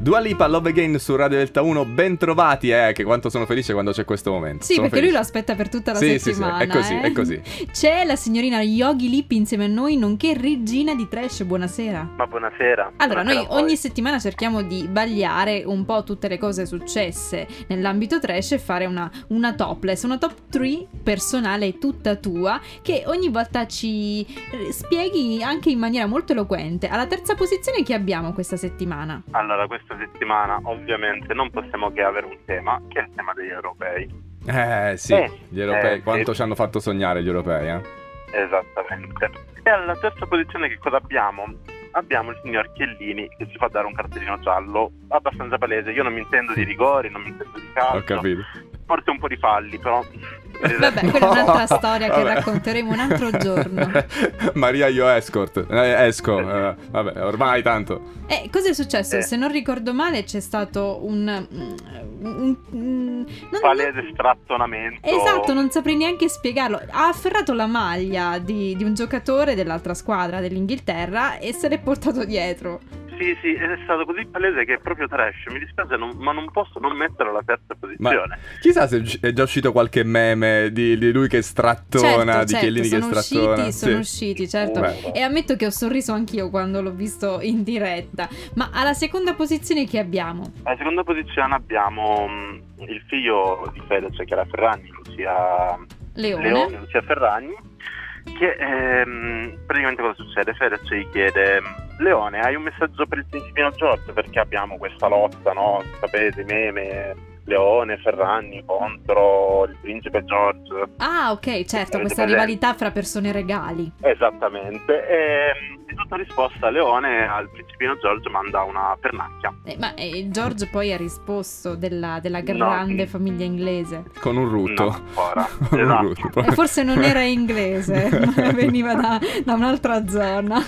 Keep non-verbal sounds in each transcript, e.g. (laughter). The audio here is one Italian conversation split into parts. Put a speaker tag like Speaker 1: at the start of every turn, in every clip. Speaker 1: Dua Lipa Love Again su Radio Delta 1, ben trovati, eh, che quanto sono felice quando c'è questo momento.
Speaker 2: Sì,
Speaker 1: Sono
Speaker 2: perché lui lo
Speaker 1: felice.
Speaker 2: aspetta per tutta la
Speaker 1: Sì, sì, sì,
Speaker 2: settimana.
Speaker 1: è così,
Speaker 2: eh.
Speaker 1: è così.
Speaker 2: C'è la signorina Yogi Lippi insieme a noi, nonché regina di trash. Buonasera.
Speaker 3: Ma buonasera.
Speaker 2: Allora,
Speaker 3: Buonasera
Speaker 2: noi
Speaker 3: a voi.
Speaker 2: ogni settimana cerchiamo di bagliare un po' tutte le cose successe nell'ambito trash e fare una, una topless, una top 3 personale tutta tua, che ogni volta ci eh, spieghi anche in maniera molto eloquente. Alla terza posizione chi abbiamo questa settimana?
Speaker 3: Allora, questa settimana ovviamente non possiamo che avere un tema, che è il tema degli europei.
Speaker 1: Eh, sì,
Speaker 3: Eh,
Speaker 1: gli europei,
Speaker 3: eh,
Speaker 1: quanto
Speaker 3: sì.
Speaker 1: ci hanno fatto sognare gli europei, eh.
Speaker 3: Esattamente. E alla terza posizione che cosa abbiamo? Abbiamo il signor Chiellini che ci fa dare un cartellino giallo abbastanza palese. Io non mi intendo di rigori, non mi intendo di calcio.
Speaker 1: Ho capito.
Speaker 3: Forse un po' di falli, però...
Speaker 2: (laughs) Vabbè, quella è
Speaker 1: (laughs)
Speaker 2: un'altra storia che
Speaker 1: Vabbè.
Speaker 2: racconteremo un altro giorno.
Speaker 1: (laughs) Maria io escort, eh, esco, eh, vabbè, ormai tanto.
Speaker 2: E cosa è successo?
Speaker 3: Eh.
Speaker 2: Se non ricordo male c'è stato un... mm, un- un- non-
Speaker 3: palese strazzonamento.
Speaker 2: Esatto, non saprei neanche spiegarlo. Ha afferrato la maglia di, di un giocatore dell'altra squadra dell'Inghilterra e se l'è portato dietro.
Speaker 3: Sì, sì, è stato così palese che è proprio trash. Mi dispiace, non- ma non posso non mettere alla terza posizione.
Speaker 1: Chissà se è già uscito qualche meme di, di lui che strattona,
Speaker 2: certo,
Speaker 1: di
Speaker 2: certo,
Speaker 1: Chiellini
Speaker 2: sono
Speaker 1: che strattona.
Speaker 2: usciti,
Speaker 1: Sì.
Speaker 2: sono usciti, certo.
Speaker 3: Beh.
Speaker 2: E ammetto che ho sorriso anch'io quando l'ho visto in diretta. Ma alla seconda posizione che abbiamo?
Speaker 3: Alla seconda posizione abbiamo mh, il figlio di Fedez, che era Ferragni, Lucia
Speaker 2: Leone.
Speaker 3: Leone, Lucia Ferragni, che ehm, praticamente cosa succede? Fedez gli chiede Leone, hai un messaggio per il principino Giorgio? Perché abbiamo questa lotta, no? Sapete, i meme, Leone, Ferragni contro il principe Giorgio.
Speaker 2: Ah, ok, certo,
Speaker 3: Avete
Speaker 2: questa
Speaker 3: presente?
Speaker 2: rivalità fra persone regali.
Speaker 3: Esattamente. E mh, di tutta risposta Leone al principino Giorgio manda una pernacchia.
Speaker 2: Eh, ma eh, George poi ha risposto della, della
Speaker 3: No.
Speaker 2: grande
Speaker 1: (laughs)
Speaker 2: famiglia inglese.
Speaker 1: Con un rutto.
Speaker 3: No, ancora.
Speaker 1: Con un
Speaker 3: Esatto.
Speaker 1: rutto.
Speaker 2: Eh, forse non era inglese, (laughs) veniva da, da un'altra zona.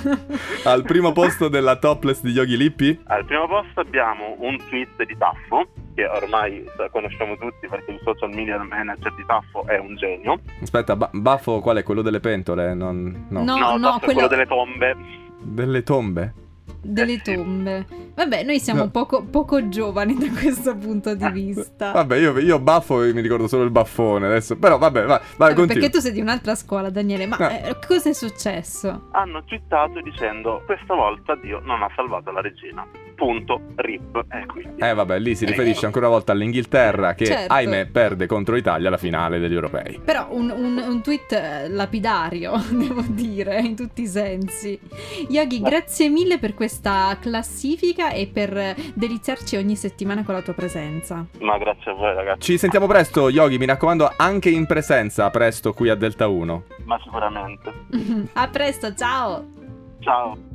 Speaker 1: Al primo posto della topless di Yogi Lippi?
Speaker 3: Al primo posto abbiamo un tweet di Taffo, che ormai sa- conosciamo tutti perché il social media manager di Taffo è un genio.
Speaker 1: Aspetta, ba- baffo qual è? Quello delle pentole? Non- no.
Speaker 2: No, no,
Speaker 3: Taffo
Speaker 2: quello-
Speaker 3: è quello delle tombe.
Speaker 1: Delle tombe?
Speaker 2: Delle tombe. Vabbè, noi siamo
Speaker 1: No. Ah,
Speaker 2: poco, poco giovani da questo punto di vista.
Speaker 1: Vabbè, io, io baffo mi ricordo solo il baffone adesso. Però vabbè, vai, vai
Speaker 2: Vabbè,
Speaker 1: continua. Ah.
Speaker 2: perché tu sei di un'altra scuola, Daniele, ma
Speaker 1: No.
Speaker 2: eh, cosa è successo?
Speaker 3: Hanno twittato dicendo questa volta Dio non ha salvato la regina. Punto. Rip. E quindi...
Speaker 1: Eh vabbè, lì si riferisce ancora una volta all'Inghilterra che,
Speaker 2: Certo.
Speaker 1: ahimè, perde contro l'Italia la finale degli europei.
Speaker 2: Però un, un- un tweet eh, lapidario, (laughs) devo dire, in tutti i sensi. Yogi, grazie mille per questa classifica e per eh, deliziarci ogni settimana con la tua presenza. (laughs)
Speaker 3: Ma grazie a voi ragazzi.
Speaker 1: Ci sentiamo presto, Yogi, mi raccomando, anche in presenza, presto qui a Delta 1.
Speaker 3: Ma sicuramente.
Speaker 2: A presto, ciao!
Speaker 3: Ciao.